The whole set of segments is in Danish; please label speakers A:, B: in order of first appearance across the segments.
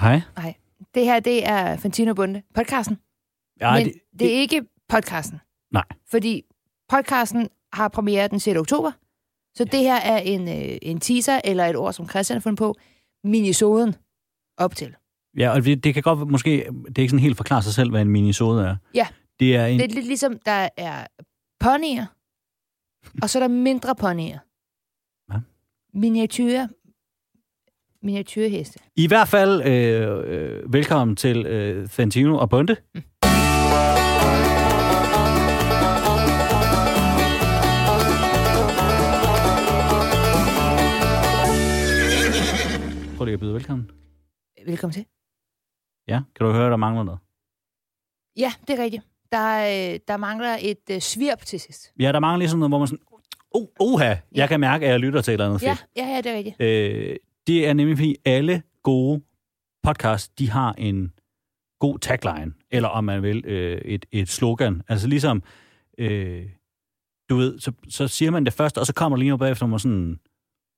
A: Hej.
B: Nej. Det her, det er Fantino Bunde. Podcasten.
A: Ej,
B: Men det, det, det er ikke podcasten.
A: Nej.
B: Fordi podcasten har premiere den 6. oktober. Så det her er en, øh, en teaser, eller et ord, som Christian har fundet på, minisoden op til.
A: Ja, og det, det kan godt være- måske... Det er ikke sådan helt forklare sig selv, hvad en minisode er.
B: Ja.
A: Det er en...
B: Det er lidt ligesom, der er ponyer, og så er der mindre ponyer.
A: Hvad?
B: Miniatyrer. Miniatyrheste.
A: I hvert fald, øh, øh, velkommen til øh, Fantino og Bunde.
B: Mm.
A: Prøv lige at byde velkommen.
B: Velkommen til.
A: Ja, kan du høre, der mangler noget?
B: Ja, det er rigtigt. Der, øh, der mangler et øh, svirp til sidst.
A: Ja, der mangler ligesom noget, hvor man sådan... Oh, oha, jeg kan mærke, at jeg lytter til et eller andet
B: Ja,
A: fedt.
B: ja, ja, det er rigtigt.
A: Øh, det er nemlig, fordi alle gode podcasts, de har en god tagline, eller om man vil, øh, et, et slogan. Altså ligesom, øh, du ved, så, så siger man det først, og så kommer det lige noget bagefter, og man er sådan,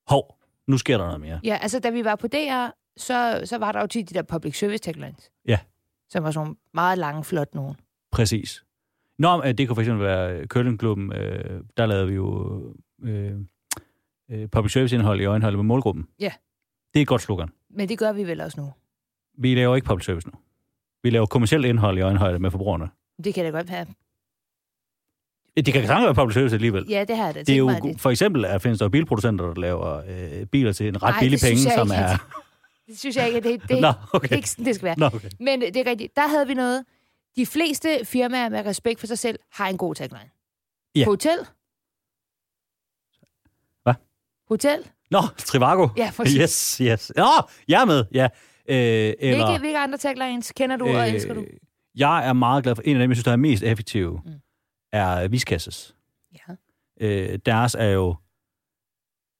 A: hov, nu sker der noget mere.
B: Ja, altså da vi var på DR, så, så var der jo tit de der public service taglines.
A: Ja.
B: Som var sådan nogle meget lange, flot nogen.
A: Præcis. Nå, men, øh, det kunne for eksempel være øh, Køllingklubben, øh, der lavede vi jo øh, øh, public service-indhold i øjenhøjde med målgruppen.
B: Ja.
A: Det er et godt slogan.
B: Men det gør vi vel også nu.
A: Vi laver ikke public service nu. Vi laver kommersielt indhold i øjenhøjde med forbrugerne.
B: Det kan jeg da godt have.
A: Det kan sagtens være public service alligevel.
B: Ja, det har jeg da
A: det er
B: tænkt
A: jo
B: mig. at det,
A: for eksempel, at findes der jo bilproducenter, der laver øh, biler til en ret
B: Ej,
A: billig
B: det
A: penge,
B: synes jeg
A: som
B: ikke,
A: er...
B: at- det synes jeg ikke, at det, det,
A: Nå,
B: det er
A: okay.
B: ikke sådan, det skal være.
A: Nå, okay.
B: Men det er rigtigt. Der havde vi noget. De fleste firmaer med respekt for sig selv har en god tagline.
A: Ja.
B: På hotel.
A: Hvad?
B: Hotel.
A: Nå, Trivago.
B: Ja, præcis.
A: Yes, yes. Nå, jeg er med, ja. Øh, eller,
B: Hvilke, hvilke andre taglines kender du øh, og elsker du?
A: Jeg er meget glad for... En af dem, jeg synes, der er mest effektive,
B: Mm.
A: mm. er Viskasses.
B: Ja.
A: Øh, deres er jo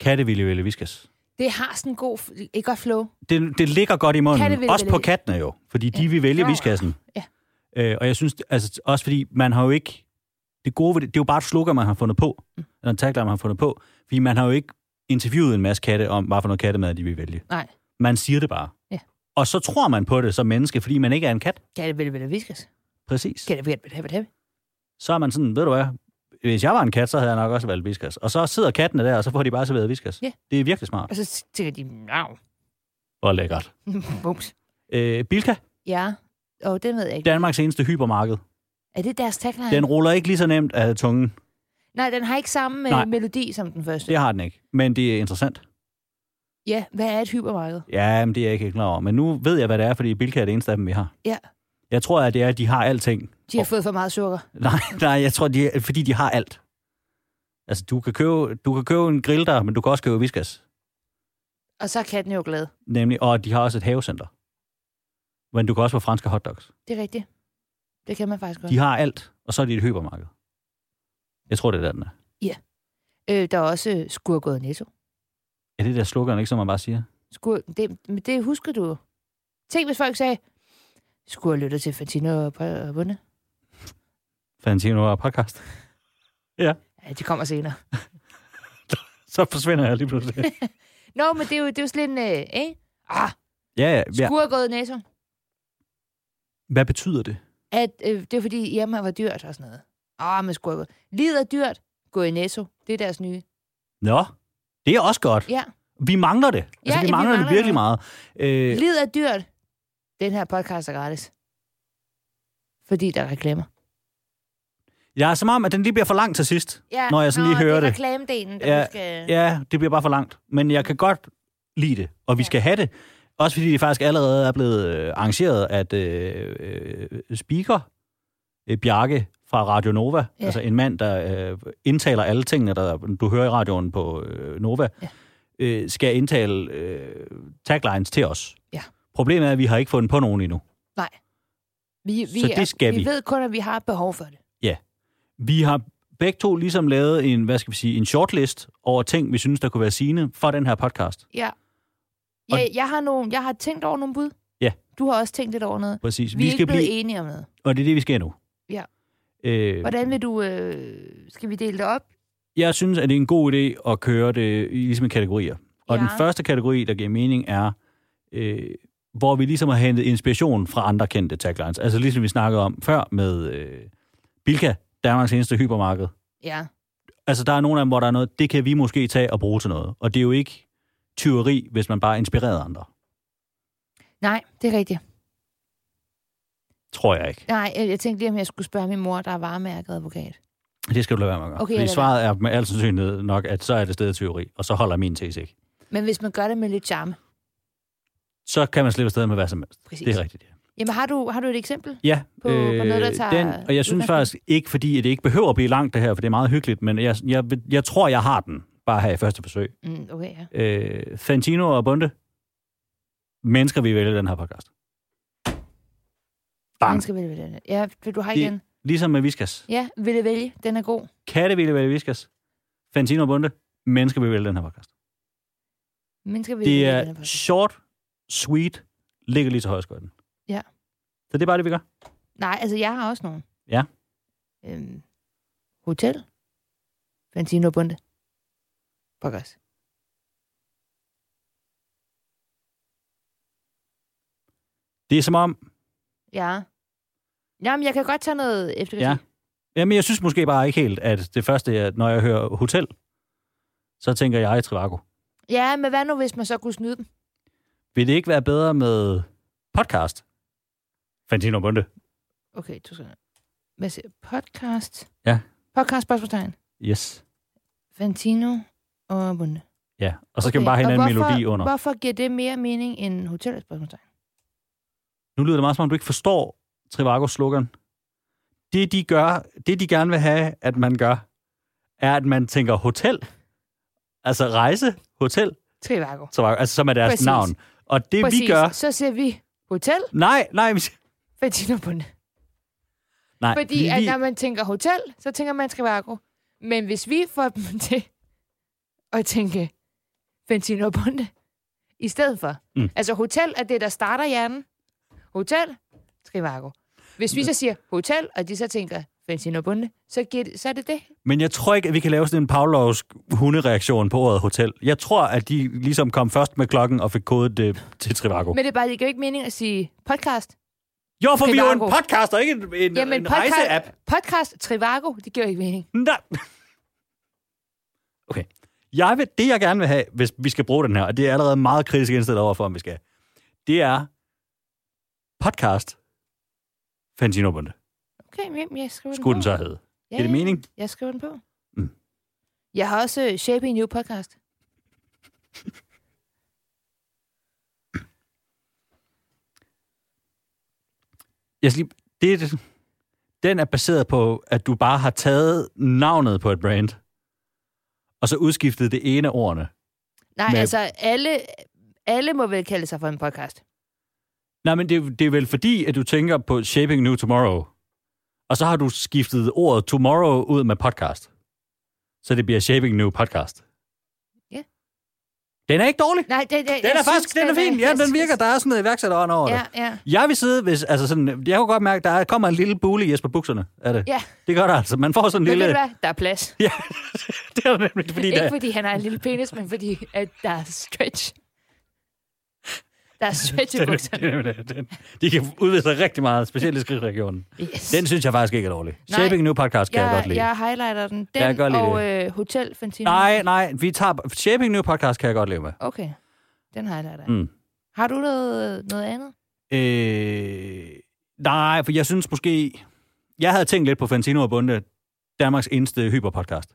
A: kattevilje Viskas.
B: Det har sådan en god, f- et godt flow.
A: det, det ligger godt i munden.
B: Kattevilje,
A: også på
B: vælge.
A: kattene jo, fordi de
B: Ja.
A: vil vælge
B: Nå.
A: viskassen.
B: Ja.
A: Øh, og jeg synes, altså, også fordi man har jo ikke... Det gode ved det, det er jo bare et slogan, man har fundet på. Mm. Eller en tagline, man har fundet på. Fordi man har jo ikke interviewet en masse katte om, hvad for noget kattemad de vil vælge.
B: Nej.
A: Man siger det bare.
B: Ja.
A: Og så tror man på det som menneske, fordi man ikke er en kat.
B: Kan det vel vel viskas?
A: Præcis.
B: Kan det vel vel vel vel
A: Så er man sådan, ved du hvad, hvis jeg var en kat, så havde jeg nok også valgt viskas. Og så sidder kattene der, og så får de bare serveret viskas.
B: Ja.
A: Det er virkelig smart.
B: Og så tænker de, wow,
A: Hvor lækkert.
B: bums.
A: Øh, Bilka,
B: Ja, og den ved jeg ikke.
A: Danmarks eneste hypermarked.
B: Er det deres tagline?
A: Den ruller ikke lige så nemt af tungen.
B: Nej, den har ikke samme
A: Nej.
B: øh, melodi som den første.
A: Det har den ikke, men det er interessant.
B: Ja, hvad er et hypermarked?
A: Ja, men det er jeg ikke helt klar over. Men nu ved jeg, hvad det er, fordi Bilka er det eneste af dem, vi har.
B: Ja.
A: Jeg tror, at det er, at de har alting.
B: De har
A: Og-
B: fået for meget sukker.
A: Nej, nej, jeg tror, de er, fordi de har alt. Altså, du kan, købe, du kan købe en grill der, men du kan også købe viskas.
B: Og så er katten jo glad.
A: Nemlig, og de har også et havecenter. Men du kan også få franske hotdogs.
B: Det er rigtigt. Det kan man faktisk godt.
A: De har alt, og så er de et hypermarked. Jeg tror, det er der, den er.
B: Øh, der er også øh, skurgået netto.
A: Er det der slukkerne, ikke som man bare siger?
B: Skur, det, men det husker du. jo. Tænk, hvis folk sagde, skur lytter til Fantino og Pø- og Bunde.
A: Fantino og podcast.
B: Ja, de kommer senere.
A: Så forsvinder jeg lige pludselig.
B: Nå, men det er jo, det er jo sådan en, øh, ikke? Ah,
A: ja, ja, ja.
B: skurgået netto.
A: Hvad betyder det?
B: At, øh, det er fordi hjemme var dyrt og sådan noget. Ah, men skurgået. Lid er dyrt. Gå i netto. Det er deres nye.
A: Nå, det er også godt.
B: Ja.
A: Vi mangler det. Altså,
B: Ja,
A: ja, vi,
B: vi
A: mangler det
B: mangler
A: virkelig meget. Øh,
B: Lid er dyrt. Den her podcast er gratis. Fordi der er reklamer.
A: jeg er som om, at den lige bliver for lang til sidst.
B: Ja,
A: Når jeg sådan lige hører
B: det. er
A: det.
B: reklamedelen, der
A: Ja,
B: ja, skal...
A: Ja, det bliver bare for langt. Men jeg kan godt lide det, og vi skal have det. Også fordi det faktisk allerede er blevet øh, arrangeret, at øh, øh, speaker øh, Bjarke fra Radio Nova,
B: Ja.
A: ja. altså en mand, der øh, indtaler alle tingene, der du hører i radioen på øh, Nova,
B: Ja.
A: ja. øh, skal indtale øh, taglines til os.
B: Ja.
A: Problemet er, at vi har ikke fundet på nogen endnu.
B: Vi, vi,
A: Så det
B: er-
A: skal
B: vi.
A: vi.
B: ved kun, at vi har behov for det.
A: Vi har begge to ligesom lavet en, hvad skal vi sige, en shortlist over ting, vi synes, der kunne være sigende for den her podcast.
B: Ja.
A: Og-
B: Jeg, jeg, har nogle, jeg har tænkt over nogle bud.
A: Ja.
B: Du har også tænkt lidt over noget.
A: Præcis.
B: Vi, er ikke blevet enige om noget.
A: og det er det, vi skal nu.
B: Ja.
A: Øh,
B: Hvordan vil du... Øh, skal vi dele det op?
A: jeg synes, at det er en god idé at køre det i- ligesom i kategorier. Og
B: Ja.
A: den første kategori, der giver mening, er, øh, hvor vi ligesom har hentet inspiration fra andre kendte taglines. Altså ligesom vi snakkede om før med øh, Bilka, Danmarks eneste hypermarked.
B: Ja.
A: Altså der er nogle af dem, hvor der er noget, det kan vi måske tage og bruge til noget. Og det er jo ikke tyveri, hvis man bare inspirerede andre.
B: Nej, det er rigtigt.
A: Tror jeg ikke.
B: Nej, jeg jeg tænkte lige, om jeg skulle spørge min mor, der er varemærket advokat.
A: Det skal du lade være med at gøre.
B: Okay,
A: Okay,
B: jeg
A: Fordi
B: lader
A: svaret er med al sandsynlighed nok, at så er det stedet tyveri, og så holder min tese ikke.
B: Men hvis man gør det med lidt charme.
A: Så kan man slippe afsted med hvad som helst.
B: Præcis.
A: Det er rigtigt, ja.
B: Jamen, har du, har du et eksempel?
A: Ja, Øh,
B: På- på noget, der tager
A: den, og jeg synes
B: udgangspunkt.
A: faktisk ikke, fordi det ikke behøver at blive langt det her, for det er meget hyggeligt, men jeg, jeg, jeg tror, jeg har den, bare her i første forsøg.
B: Mm, okay, ja.
A: Øh, Fantino og Bunde, mennesker vi vælger i den her podcast.
B: Den
A: Bang.
B: skal vælge den. Ja, vil du have
A: Det-
B: igen?
A: Ligesom med Viskas.
B: Ja, ville vælge. Den er god.
A: Katte ville vælge Viskas. Fantino og Bunde, mennesker vi vælger i den her podcast.
B: Mennesker ville
A: Det
B: vælge den. her
A: er
B: podcast.
A: short, sweet, ligger lige til højskøjten.
B: Ja.
A: Så det er bare det, vi gør.
B: Nej, altså, jeg har også nogen.
A: Ja.
B: Øhm, hotel. Fantino Bunde. Podcast.
A: Det er som om,
B: Ja. Jamen, jeg kan godt tage noget efter
A: Ja. Jamen, jeg synes måske bare ikke helt, at det første, jeg, når jeg hører hotel, så tænker jeg i Trivago.
B: ja, men hvad nu, hvis man så kunne snyde dem?
A: Vil det ikke være bedre med podcast? Fantino Bunde.
B: Okay, to sekunder. Hvad siger Podcast.
A: Ja.
B: Podcast, spørgsmålstegn.
A: Yes.
B: Fantino og Bunde.
A: Ja, og så skal man bare have en anden melodi under.
B: Hvorfor giver det mere mening end hotel? Spørgsmålstegn.
A: Nu lyder det meget som om, du ikke forstår Trivagos slogan. Det de, gør, det, de gerne vil have, at man gør, er, at man tænker hotel. Altså rejse, hotel,
B: Trivago.
A: Trivago, altså som er deres
B: Præcis.
A: Præcis. navn. Og det Præcis. vi gør...
B: Så ser vi hotel,
A: Nej, nej, vi-
B: Fantino Bunde.
A: nej.
B: Fordi
A: vi-
B: at
A: vi-
B: når man tænker hotel, så tænker man Trivago. Men hvis vi får dem til at tænke Fantino Bunde i stedet for.
A: Mm.
B: Altså hotel er det, der starter hjernen. Hotel, Trivago. Hvis vi så siger hotel, og de så tænker Fantino Bunde, så, giver det, så er det det.
A: Men jeg tror ikke, at vi kan lave sådan en Pavlovsk hundereaktion på ordet hotel. Jeg tror, at de ligesom kom først med klokken og fik kodet det til Trivago. Men,
B: Men det er bare, det giver ikke mening at sige podcast.
A: jo, for vi er jo en
B: Trivago.
A: podcast og ikke en, en, en rejseapp.
B: podcast, podcast Trivago, det giver ikke mening.
A: Nej. Okay. Jeg vil, det, jeg gerne vil have, hvis vi skal bruge den her, og det er jeg allerede meget kritisk indstillet overfor, om vi skal, det er podcast Fantino Bunde.
B: Okay, jamen, jeg skriver
A: Skulle
B: den
A: den så
B: på.
A: hedde.
B: Ja,
A: Giver det
B: ja,
A: mening?
B: Jeg skriver den på.
A: Mm.
B: Jeg har også uh, Shaping New Podcast.
A: Jeg skal lige, det, er- den er baseret på, at du bare har taget navnet på et brand, og så udskiftet det ene af ordene.
B: Nej,
A: Med-
B: altså alle, alle må vel kalde sig for en podcast.
A: Nej, men det, er- det er vel fordi, at du tænker på Shaping New Tomorrow, og så har du skiftet ordet tomorrow ud med podcast. Så det bliver Shaping New Podcast.
B: Ja.
A: Den er ikke dårlig.
B: Nej, det, det,
A: Den er faktisk, den er fin. Ja, den virker. Der er sådan noget iværksætterånd over det.
B: Ja, ja.
A: Jeg vil sidde, hvis, altså sådan, jeg kunne godt mærke, der kommer en lille bule i Jesper Bukserne af det.
B: Ja.
A: Det gør der altså. Man får sådan en
B: Men
A: lille...
B: ved du hvad? Der er plads.
A: Ja, det er der nemlig, fordi
B: Ikke
A: der,
B: fordi han har en lille penis, men fordi at der er stretch. Der er stretch i bukserne.
A: den, de kan udvide sig rigtig meget, specielt i skridtregionen.
B: Yes.
A: Den synes jeg faktisk ikke er dårlig.
B: Nej.
A: Shaping New Podcast kan jeg,
B: jeg,
A: godt lide.
B: jeg highlighter den. Den
A: Ja, jeg kan godt lide
B: og øh, Hotel Fantino.
A: Nej, nej, vi tager... Shaping New Podcast kan jeg godt leve med.
B: Okay, den highlighter jeg.
A: Mm.
B: Har du noget, noget andet?
A: Øh, nej, for jeg synes måske... Jeg havde tænkt lidt på Fantino og Bunde, Danmarks eneste hyperpodcast.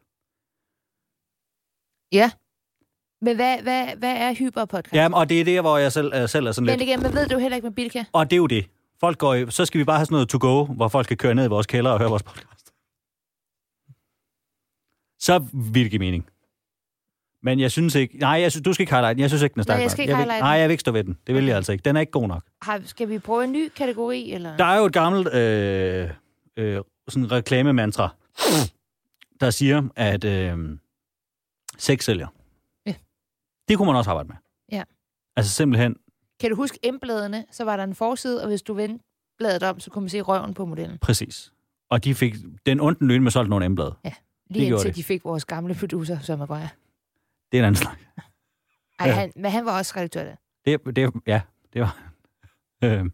B: Men hvad, hvad, hvad er hyperpodcast?
A: Jamen, og det er der, hvor jeg selv, er- selv er sådan
B: Men
A: lidt...
B: igen, man ved det jo heller ikke med Bilka.
A: Og det er jo det. Folk går i, så skal vi bare have sådan noget to go, hvor folk kan køre ned i vores kælder og høre vores podcast. Så vil det give mening. Men jeg synes ikke... Nej, jeg synes, du skal ikke highlight den. Jeg synes ikke, den er
B: Nej,
A: stærk
B: jeg
A: nok.
B: skal ikke
A: vil,
B: highlighte
A: Nej,
B: den.
A: jeg vil ikke stå ved den. Det vil jeg altså ikke. Den er ikke god nok.
B: Har, skal vi prøve en ny kategori, eller?
A: Der er jo et gammelt øh, øh, sådan reklamemantra, der siger, at øh, sex sælger.
B: Ja.
A: Det kunne man også arbejde med.
B: Ja.
A: Altså simpelthen,
B: Kan du huske embladene? Så var der en forside, og hvis du vendte bladet om, så kunne man se røven på modellen.
A: præcis. Og de fik den onde løn med solgt nogle emblade.
B: Lige indtil
A: gjorde det.
B: de fik vores gamle producer, som er Grejer.
A: Det er en anden slags.
B: Ej,
A: Ja.
B: han, men han var også redaktør der.
A: Det, det, ja, det var Øh,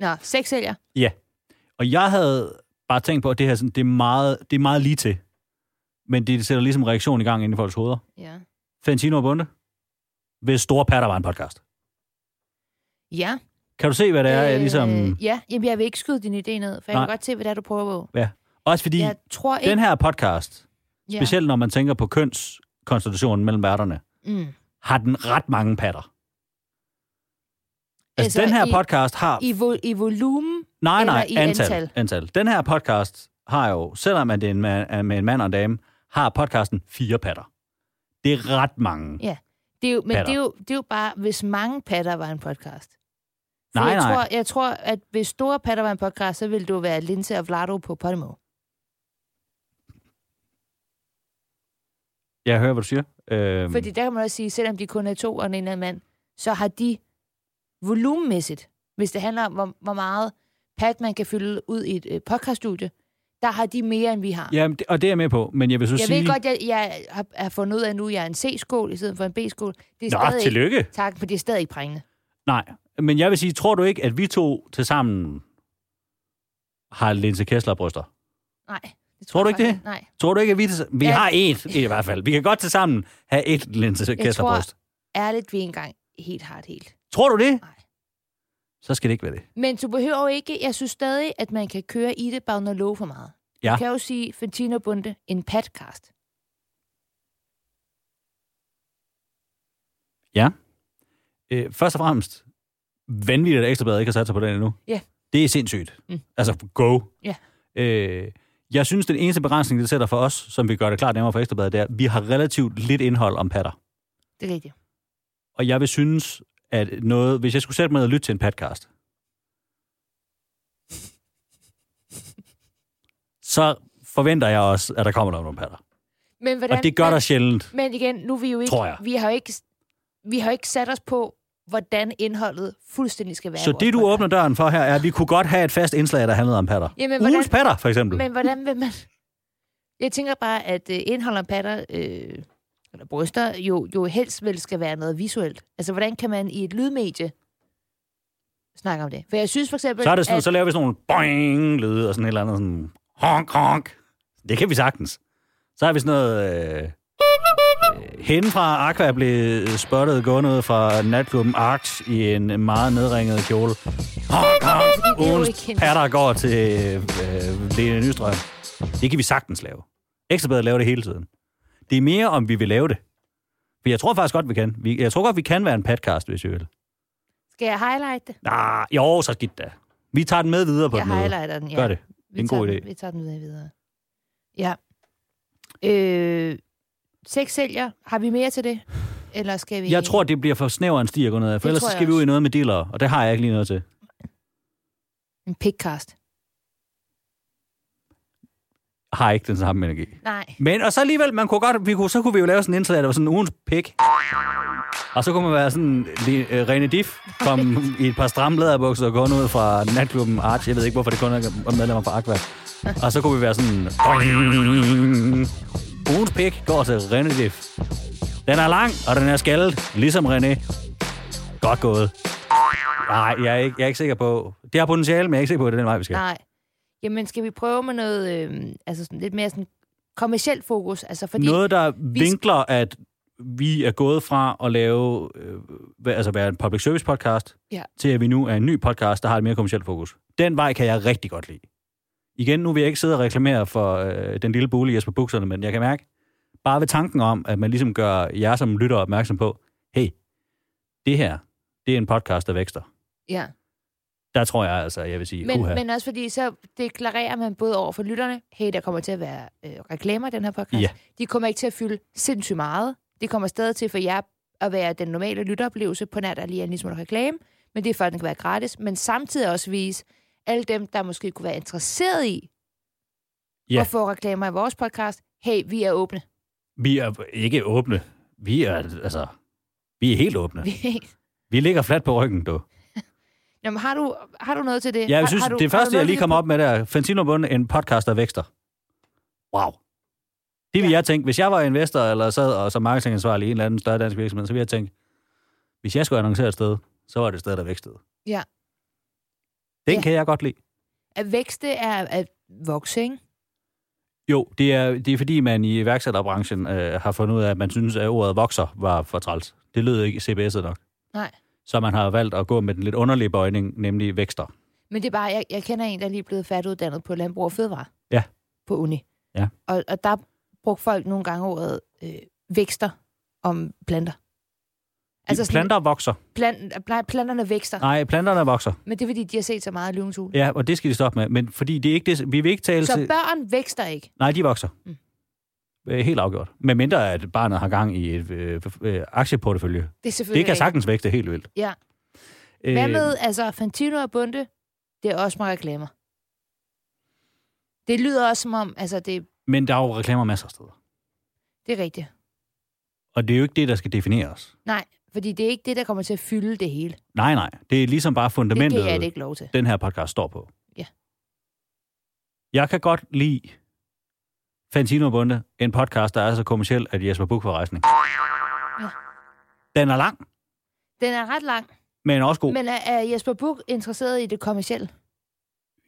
B: Nå, seks sælger.
A: og jeg havde bare tænkt på, at det her sådan, det er, meget, det er meget lige til. Men det sætter ligesom en reaktion i gang inde i folks hoveder.
B: Ja.
A: Fantino og Bunde, hvis Store Patter var en podcast.
B: Ja.
A: Kan du se, hvad det er, øh, ligesom...
B: Ja, jamen, jeg vil ikke skyde din idé ned, for jeg
A: Nej.
B: kan godt se, hvad det er, du prøver på.
A: Også fordi
B: Jeg tror ikke...
A: den her podcast,
B: ja.
A: specielt når man tænker på kønskonstitutionen mellem værterne,
B: Mm.
A: har den ret mange patter. Altså,
B: Altså,
A: den her
B: i-
A: podcast har...
B: I, vo- I volumen
A: nej,
B: eller
A: nej,
B: i
A: antal,
B: antal?
A: antal. Den her podcast har jo, selvom at det er en man, er med en mand og en dame, har podcasten fire patter. Det er ret mange.
B: Ja, Det er jo, men
A: Patter.
B: det er, jo, det er jo bare, hvis mange patter var en podcast. For
A: nej,
B: jeg
A: nej.
B: Tror, jeg tror, at hvis store patter var en podcast, så ville du være Linse og Vlado på Podimo.
A: Øhm. Jeg hører, hvad du siger. Øhm,
B: Fordi der kan man også sige, selvom de kun er to og den ene er en mand, så har de volumenmæssigt, hvis det handler om, hvor, hvor meget pat man kan fylde ud i et øh, podcaststudie, der har de mere, end vi har.
A: Jamen, det, og det er jeg med på, men jeg vil så
B: jeg
A: sige...
B: ved godt, jeg, jeg har, har fundet ud af nu, at jeg er en C-skål i stedet for en B-skål. Det er
A: Nå,
B: stadig ikke,
A: tillykke.
B: tak, men det er stadig ikke prængende.
A: Nej, men jeg vil sige, tror du ikke, at vi to til sammen har Linse Kessler bryster?
B: Nej. Det
A: Tror du ikke
B: jeg
A: det?
B: faktisk Nej.
A: Tror du ikke, at vi... til- Vi
B: Ja.
A: har et, i hvert fald. Vi kan godt til sammen have et Linse Kessler
B: tror-
A: bryst.
B: Ærligt, vi er engang helt hardt helt.
A: Tror du det?
B: Nej.
A: Så skal det ikke være det.
B: Men du behøver jo ikke, jeg synes stadig, at man kan køre i det bare noget love for meget.
A: Ja.
B: Du kan jo sige Fantino Bunde, en podcast.
A: Øh, først og fremmest, vanvittigt, at Ekstrabladet ikke har sat sig på den endnu.
B: Ja.
A: Det er sindssygt.
B: Mm.
A: Altså, go.
B: Ja.
A: Øh, jeg synes, den eneste begrænsning, det sætter for os, som vi gør det klart nemmere for Ekstrabladet, det er, at vi har relativt lidt indhold om patter.
B: Det er rigtigt.
A: Og jeg vil synes, at noget, hvis jeg skulle sætte mig ned og lytte til en podcast, så forventer jeg også, at der kommer noget om patter.
B: Men hvordan,
A: Og det gør
B: men,
A: der sjældent.
B: Men igen, nu er vi jo ikke,
A: Tror jeg.
B: Vi har jo ikke, vi har jo ikke sat os på, hvordan indholdet fuldstændig skal være. i
A: Så
B: vores
A: det, du
B: podcast.
A: åbner døren for her, er, at vi kunne godt have et fast indslag, der handlede om patter.
B: Jamen, hvordan-
A: Ugens patter, for eksempel.
B: Men hvordan vil man... Jeg tænker bare, at øh, indhold om patter, øh, eller bryster, jo, jo helst vel skal være noget visuelt. Altså, hvordan kan man i et lydmedie snakke om det? For jeg synes for eksempel...
A: Så, er det sådan,
B: at,
A: så laver vi sådan nogle boing lyde og sådan et eller andet sådan honk, honk. Det kan vi sagtens. Så har vi sådan noget... Øh, øh, hende fra Aqua blev spottet gående ud fra natklubben Arx i en meget nedringet kjole. Honk, honk.
B: jo ikke
A: Ugens
B: hende.
A: patter går til øh, Lene Nystrøm. Det kan vi sagtens lave. Ekstrabladet laver det hele tiden. Det er mere, om vi vil lave det. For jeg tror faktisk godt, vi kan. Vi, jeg tror godt, vi kan være en podcast, hvis vi vil.
B: Skal jeg highlight det?
A: Nej, jo, så skidt da. Vi tager den med videre på
B: Jeg
A: den måde.
B: highlighter den, ja.
A: Gør det.
B: Vi
A: en
B: tager
A: god
B: den-
A: idé.
B: Vi tager den videre. videre. Ja. Øh, seks sælger. Har vi mere til det? Eller skal vi...
A: Jeg tror, det bliver for snæver en sti at gå ned af, for
B: Det
A: ellers
B: tror
A: så
B: jeg
A: skal vi ud
B: også.
A: i noget med dealere, og det har jeg ikke lige noget til.
B: En pickcast.
A: Har ikke den samme energi.
B: Nej.
A: Men, og så alligevel, man kunne godt, vi kunne, så kunne vi jo lave sådan en indslag, der var sådan ugens pik. Og så kunne man være sådan, li- øh, Rene Diff kom i et par stramme læderbukser og gå ud fra natklubben Arch. Jeg ved ikke, hvorfor det kun er medlemmer fra Aqua. Og så kunne vi være sådan... Ugens pik går til Rene Diff. Den er lang, og den er skaldet, ligesom René. Godt gået. Nej, jeg er, ikke, jeg er ikke sikker på... Det har potentiale, men jeg er ikke sikker på, at det er den vej, vi skal.
B: Nej. Jamen, skal vi prøve med noget, øh, altså sådan lidt mere sådan kommersielt fokus? Altså, fordi,
A: Noget, der
B: sk-
A: vinkler, at vi er gået fra at lave, øh, hvad- altså være en public service podcast,
B: Ja.
A: til at vi nu er en ny podcast, der har et mere kommersielt fokus. Den vej kan jeg rigtig godt lide. Igen, nu vil jeg ikke sidde og reklamere for øh, den lille bolig Jesper Bukserne, men jeg kan mærke, bare ved tanken om, at man ligesom gør jer som lytter opmærksom på, hey, det her, det er en podcast, der vækster.
B: ja.
A: Der tror jeg altså, jeg vil sige,
B: men,
A: uha.
B: men også fordi, så deklarerer man både over for lytterne, hey, der kommer til at være øh, reklamer i den her podcast.
A: Ja.
B: De kommer ikke til at fylde sindssygt meget. Det kommer stadig til for jer at være den normale lytteoplevelse, på nær der lige er en lille smule reklame, men det er for, at den kan være gratis. Men samtidig også vise alle dem, der måske kunne være interesseret i
A: Ja.
B: at få reklamer i vores podcast, hey, vi er åbne.
A: Vi er ikke åbne. Vi er, altså, vi er helt åbne. Vi,
B: Ja.
A: vi ligger fladt på ryggen, du.
B: Jamen, har du, har du noget til det?
A: Ja,
B: Øh, har,
A: jeg synes,
B: har du,
A: det første, jeg lige kom
B: op...
A: op med, der Fantino Bund, en podcast, der vækster. Wow. Det ville ja. jeg tænke, hvis jeg var investor eller sad og som marketingansvarlig i en eller anden større dansk virksomhed, så ville jeg tænke, hvis jeg skulle annoncere et sted, så var det et sted, der vækstede.
B: Ja.
A: Den
B: Ja.
A: kan jeg godt lide.
B: At vækste er at vokse, ikke?
A: Jo, det er, det er fordi, man i iværksætterbranchen øh, har fundet ud af, at man synes, at ordet vokser var for træls. Det lød ikke CBS'et nok.
B: Nej.
A: Så man har valgt at gå med den lidt underlige bøjning, nemlig vækster.
B: Men det er bare, jeg, jeg kender en, der er lige blevet færdiguddannet på Landbrug og Fødevare.
A: Ja.
B: På uni.
A: Ja.
B: Og, og der brugte folk nogle gange ordet øh, vækster om planter.
A: Altså
B: sådan-
A: planter vokser.
B: Plan, nej, planterne vækster.
A: Nej, planterne vokser.
B: Men det er, fordi de har set så meget af løvens hule.
A: Ja, og det skal de stoppe med. Men fordi det er ikke det, vi vil ikke tale
B: Så
A: til...
B: børn vækster ikke.
A: Nej, de vokser.
B: Mm.
A: Øh, Helt afgjort. Med mindre, at barnet har gang i et øh, øh, aktieportefølje.
B: Det er selvfølgelig
A: Det kan
B: ikke.
A: sagtens vækste helt vildt.
B: Ja.
A: Øh,
B: Hvad med, altså, Fantino og Bunde, det er også med reklamer. Det lyder også som om, altså, det,
A: Men der er jo reklamer masser af steder.
B: det er rigtigt.
A: Og det er jo ikke det, der skal definere os.
B: Nej, fordi det er ikke det, der kommer til at fylde det hele.
A: Nej, nej. Det er ligesom bare
B: Det
A: fundamentet.
B: giver jeg det ikke lov til.
A: den her podcast står på.
B: Ja.
A: Jeg kan godt lide Fantino Bunde, en podcast, der er så kommersiel, at Jesper Buch var rejsning.
B: Ja.
A: Den er lang,
B: Den er ret lang.
A: men også god. Men...
B: Men er, er Jesper Buch interesseret i det kommercielle?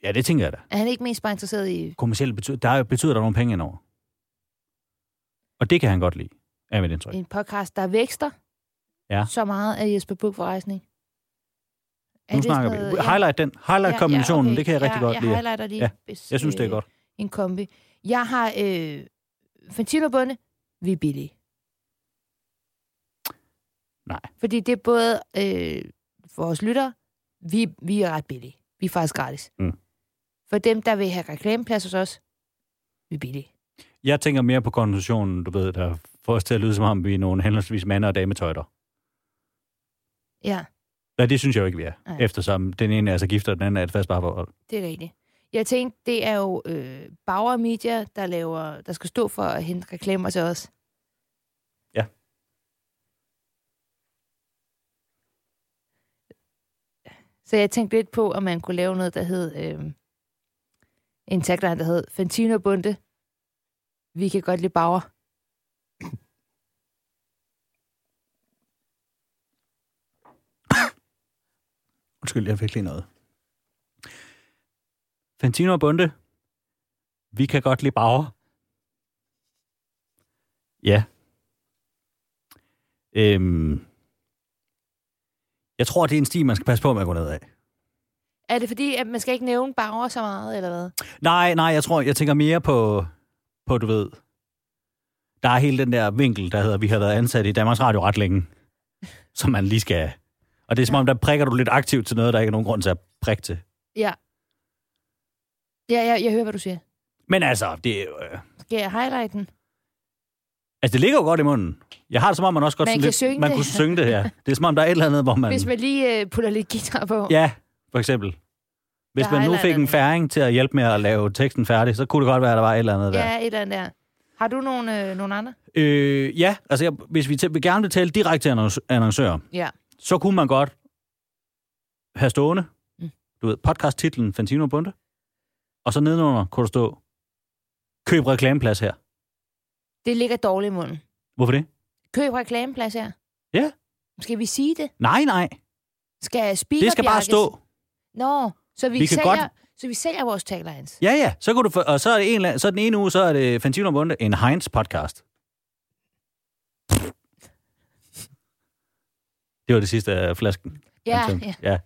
A: Ja, det tænker jeg da.
B: Er han ikke mest bare interesseret i...
A: Kommersiel betyder, der er- betyder der nogle penge indover. Og det kan han godt lide, er mit indtryk.
B: en podcast, der vækster
A: Ja.
B: så meget af Jesper Buch forrejsning.
A: Nu snakker vi. Highlight den. Highlight-kombinationen, ja, ja, okay. det kan jeg rigtig
B: ja,
A: godt
B: jeg
A: lide.
B: highlighter lige.
A: Ja,
B: hvis,
A: Jeg synes, det er
B: øh,
A: godt.
B: En kombi. Jeg har øh, Fantino Bunde. Vi er billige.
A: Nej.
B: Fordi det er både øh, for os lyttere, vi, vi er ret billige. Vi er faktisk gratis.
A: Mm.
B: For dem, der vil have reklameplads hos os, vi er billige.
A: Jeg tænker mere på konversationen, du ved, der får os til at lyde som om, vi er nogle henholdsvis mand- og dametøjter.
B: Ja,
A: Nej, det synes jeg jo ikke, vi er.
B: Nej.
A: Eftersom den ene er så gift, og den anden er et fast parforhold.
B: det er rigtigt. Jeg tænkte, det er jo øh, Bauer Media, der, laver, der skal stå for at hente reklamer til os.
A: Ja.
B: Så jeg tænkte lidt på, om man kunne lave noget, der hed... Øh, en tagline, der hed Fantino Bunde. Vi kan godt lide Bauer.
A: Undskyld, jeg fik lige noget. Fantino og Bunde. Vi kan godt lide Bauer. Ja. Øhm. Jeg tror, det er en sti, man skal passe på med at gå ned af.
B: Er det fordi, at man skal ikke nævne Bauer så meget, eller hvad?
A: Nej, nej, jeg tror, jeg tænker mere på, på du ved, der er hele den der vinkel, der hedder, vi har været ansat i Danmarks Radio ret længe, som man lige skal Og det er som om, der prikker du lidt aktivt til noget, der ikke er nogen grund til at prikke til.
B: Ja. Ja, jeg, jeg hører, hvad du siger.
A: Men altså, det, er jo, øh,
B: Skal jeg highlight den?
A: Altså, det ligger jo godt i munden. Jeg har det som om, man også godt
B: Man
A: sådan
B: kan
A: lidt,
B: synge
A: man
B: det.
A: kunne synge det her. Det er som om, der er et eller andet, hvor man...
B: Hvis man lige øh, putter lidt guitar på.
A: Ja, for eksempel. Hvis
B: Der er
A: man
B: et
A: nu
B: eller
A: fik en
B: andet.
A: færing til at hjælpe med at lave teksten færdig, så kunne det godt være, at der var et eller andet der.
B: ja et eller andet der. Har du nogle, øh, nogle andre?
A: Øh, ja, altså jeg, hvis vi tæ- vil gerne vil tale direkte til annonc- annoncører,
B: Ja.
A: så kunne man godt have stående,
B: Mm.
A: du ved, podcast-titlen Fantino Bunde, og så nedenunder kunne der stå, køb reklameplads her.
B: Det ligger dårligt i munden.
A: Hvorfor det?
B: Køb reklameplads her.
A: Ja.
B: Skal vi sige det?
A: Nej, nej,
B: Skal speaker
A: det skal bare
B: Bjarkes-
A: stå.
B: Nå, så vi,
A: Vi
B: vi
A: kan
B: sælger,
A: godt-
B: godt... så vi sælger vores taglines.
A: Ja, ja. Så kunne du få, og så er, det en, eller anden- så er den ene uge, så er det Fantino Bunde, en Heinz podcast. Det var det sidste af flasken.
B: Ja,
A: han tænkte.
B: ja.
A: ja.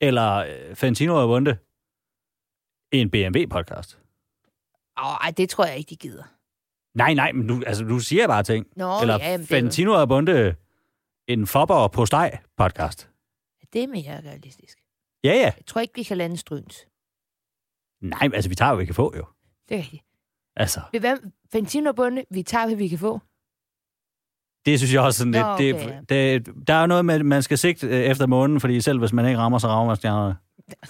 A: Eller øh, Fantino og Bunde, en BMW podcast.
B: Åh, ej, det tror jeg ikke, de gider.
A: Nej, nej, men du, altså, du siger bare ting.
B: Nå,
A: Eller
B: ja, men det, er jo-
A: Fantino og Bunde, en Fopper på steg podcast.
B: det er mere realistisk.
A: Ja, ja.
B: Jeg tror ikke, vi kan lande stryns.
A: Nej, men altså, vi tager jo ikke få, jo.
B: Det er rigtigt.
A: Altså,
B: Ved hvad? Fantino Bunde, vi tager, hvad vi kan få.
A: det synes jeg også sådan lidt...
B: Nå, okay,
A: det, det, der er jo noget med, at man skal sigte øh, efter månen, fordi selv hvis man ikke rammer, så rammer man stjernerne.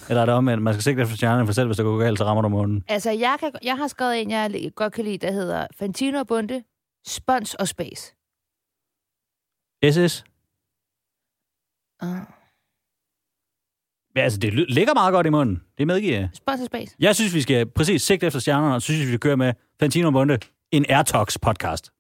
A: Eller er det omvendt? Man skal sigte efter stjernerne, for selv hvis det går galt, så rammer du månen.
B: Altså, jeg, kan, jeg har skrevet en, jeg li- godt kan lide, der hedder Fantino Bunde, Spons og Space.
A: SS?
B: Uh,
A: Ja, altså, det ly- ligger meget godt i munden. Det medgiver jeg.
B: spons og Space.
A: Jeg synes, vi skal præcis sigte efter stjernerne, og så synes, vi skal køre med Fantino Bunde, en Airtox podcast.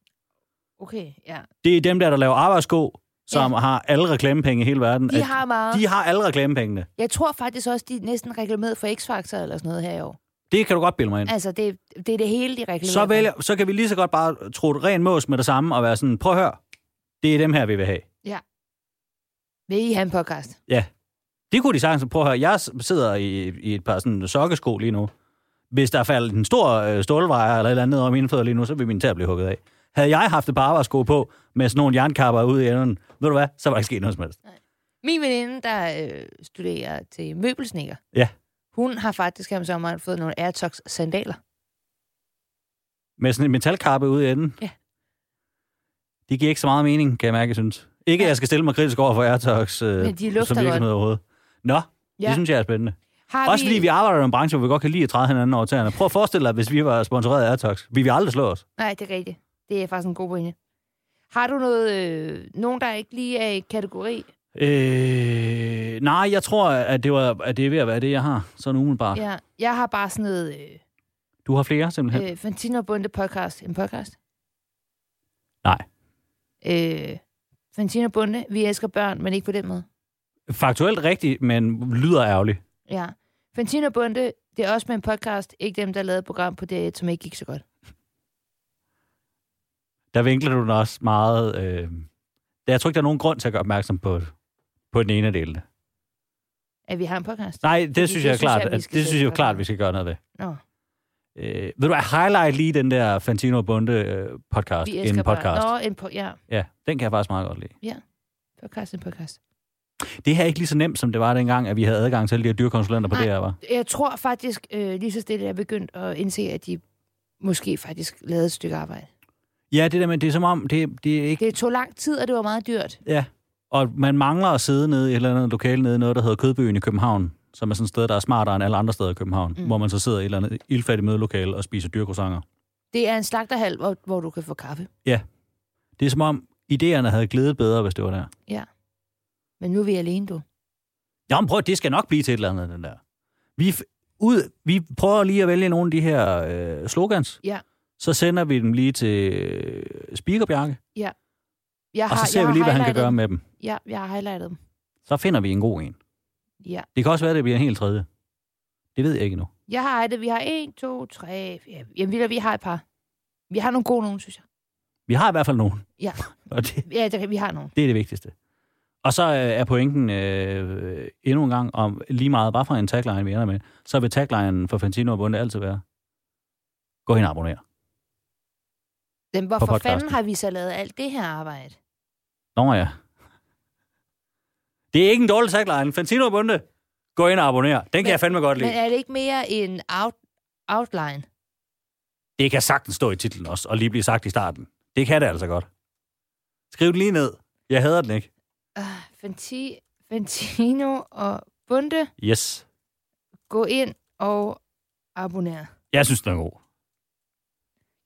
B: Okay, ja.
A: Det er dem der, der laver arbejdssko, som ja. har alle reklamepenge i hele verden.
B: De
A: at-
B: har meget.
A: de har alle reklamepengene.
B: Jeg tror faktisk også, de er næsten reklameret for X-Factor eller sådan noget her i år.
A: Det kan du godt bilde mig ind.
B: Altså, det, det er det hele, de reklamerer
A: Mm. Så,
B: for.
A: vælger, så kan vi lige så godt bare tro det ren mås med det samme og være sådan, prøv at høre, det er dem her, vi vil have.
B: Vil I have en podcast?
A: Det kunne de sagtens prøve at høre. Jeg s- sidder i, i et par sådan sokkesko lige nu. Hvis der faldt en stor øh, stålvejer eller et eller andet om mine fødder lige nu, så ville min tær blive hugget af. Havde jeg haft et par arbejdssko på med sådan nogle jernkapper ude i enden, ved du hvad, så var der ikke sket noget som helst.
B: Min veninde, der øh, studerer til møbelsnikker,
A: Ja.
B: hun har faktisk her om sommeren fået nogle Airtox sandaler.
A: Med sådan en metalkappe ude i enden.
B: Ja.
A: Det giver ikke så meget mening, kan jeg mærke, jeg synes. Ikke, at jeg skal stille mig kritisk over for Airtox øh,
B: Men de lugter
A: som virksomhed
B: godt.
A: overhovedet. Nå, ja.
B: Ja.
A: det synes jeg er spændende.
B: Har
A: Også fordi vi arbejder i en branche, hvor vi godt kan lide at træde hinanden over tæerne. Prøv at forestille dig, hvis vi var sponsoreret af Airtox. Vi ville aldrig slå os.
B: Nej, det er rigtigt. Det er faktisk en god pointe. Har du noget, øh, nogen, der ikke lige er i kategori?
A: Øh, nej, jeg tror, at det, var, at det er ved at være det, jeg har. Sådan umiddelbart. Ja.
B: Ja, jeg har bare sådan noget øh,
A: Du har flere, simpelthen. Øh.
B: øh, Fantino Bunde podcast. En podcast?
A: Nej.
B: Øh, Fantino Bunde, vi elsker børn, men ikke på den måde. Øh.
A: Faktuelt rigtigt, men lyder ærgerligt.
B: Ja. Fantino Bunde, det er også med en podcast. Ikke dem, der lavede et program på det, som ikke gik så godt.
A: Der vinkler du den også meget... Øh... Jeg tror ikke, der er nogen grund til at gøre opmærksom på, på den ene af delene.
B: At vi har en podcast.
A: Nej, det,
B: det
A: synes jeg er
B: synes
A: klart,
B: jeg, vi
A: at-
B: skal
A: det
B: sætte
A: synes jeg er
B: på.
A: klart, vi skal gøre noget ved.
B: Nå.
A: Øh, vil du have highlight lige den der Fantino Bunde øh, podcast?
B: Vi
A: en
B: elsker
A: podcast.
B: Børn. Nå, en po- ja,
A: Ja, den kan jeg faktisk meget godt lide.
B: podcast, en podcast.
A: Det her er ikke lige så nemt, som det var dengang, at vi havde adgang til alle de her dyrekonsulenter på
B: Nej.
A: det her, var.
B: Jeg tror faktisk, øh, lige så stille er jeg begyndt at indse, at de måske faktisk lavede et stykke arbejde.
A: Ja, det der med, det er som om, det, det er ikke...
B: Det tog lang tid, og det var meget dyrt.
A: Ja, og man mangler at sidde nede i et eller andet lokale nede i noget, der hedder Kødbyen i København, som er sådan et sted, der er smartere end alle andre steder i København, mm.
B: Mm.
A: hvor man så sidder i et eller andet ildfattigt mødelokale og spiser dyrekroissanter.
B: Det er en slagterhal, hvor, hvor du kan få kaffe.
A: Det er som om, idéerne havde glædet bedre, hvis det var der.
B: Men nu er vi alene, du.
A: Jamen prøv, det skal nok blive til et eller andet, den der. Vi, f- ud, vi prøver lige at vælge nogle af de her øh, slogans.
B: Ja.
A: Så sender vi dem lige til øh, Speakerbjarke,
B: Jeg
A: og så ser vi lige, hvad han kan gøre med dem.
B: highlightet- Ja, jeg har highlightet dem.
A: Så finder vi en god en.
B: Ja.
A: Det kan også være, at det bliver en helt tredje. Det ved jeg ikke endnu.
B: Jeg har highlightet. Vi har en, to, tre. fire. Jamen, vi, vi har et par. Vi har nogle gode nogen, synes jeg.
A: Vi har i hvert fald nogen.
B: Ja.
A: Og det,
B: Ja, det, vi har nogle.
A: det er det vigtigste. Og så øh, er pointen øh, endnu en gang, om lige meget bare fra en tagline, vi ender med, så vil taglinen for Fantino og Bunde altid være, gå hen og abonner.
B: Den, hvorfor
A: podcasten.
B: fanden har vi så lavet alt det her arbejde?
A: Nå ja. Det er ikke en dårlig tagline. Fantino og Bunde, gå ind og abonner. Den kan
B: Men-
A: jeg fandme godt lide.
B: Men er det ikke mere en out, outline?
A: Det kan sagtens stå i titlen også, og lige blive sagt i starten. Det kan det altså godt. Skriv den lige ned. Jeg hader den ikke.
B: Uh, Fenti, Fentino og Bunde,
A: Yes.
B: gå ind og abonner.
A: Jeg synes, den er god.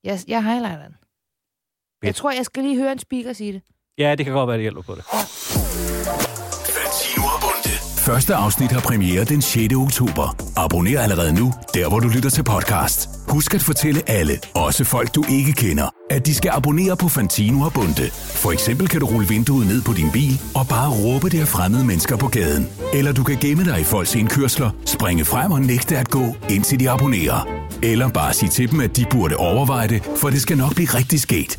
B: Jeg, jeg highlighter den. Jeg
A: Fedt.
B: tror, jeg skal lige høre en speaker sige det.
A: Ja, det kan godt være, det hjælper på det.
C: Fantino og Bunde. Første afsnit har premiere den 6. oktober. Abonner allerede nu, der hvor du lytter til podcast. Husk at fortælle alle, også folk du ikke kender, at de skal abonnere på Fantino og Bunde. For eksempel kan du rulle vinduet ned på din bil og bare råbe det af fremmede mennesker på gaden. Eller du kan gemme dig i folks indkørsler, springe frem og nægte at gå, indtil de abonnerer. Eller bare sige til dem, at de burde overveje det, for det skal nok blive rigtig sket.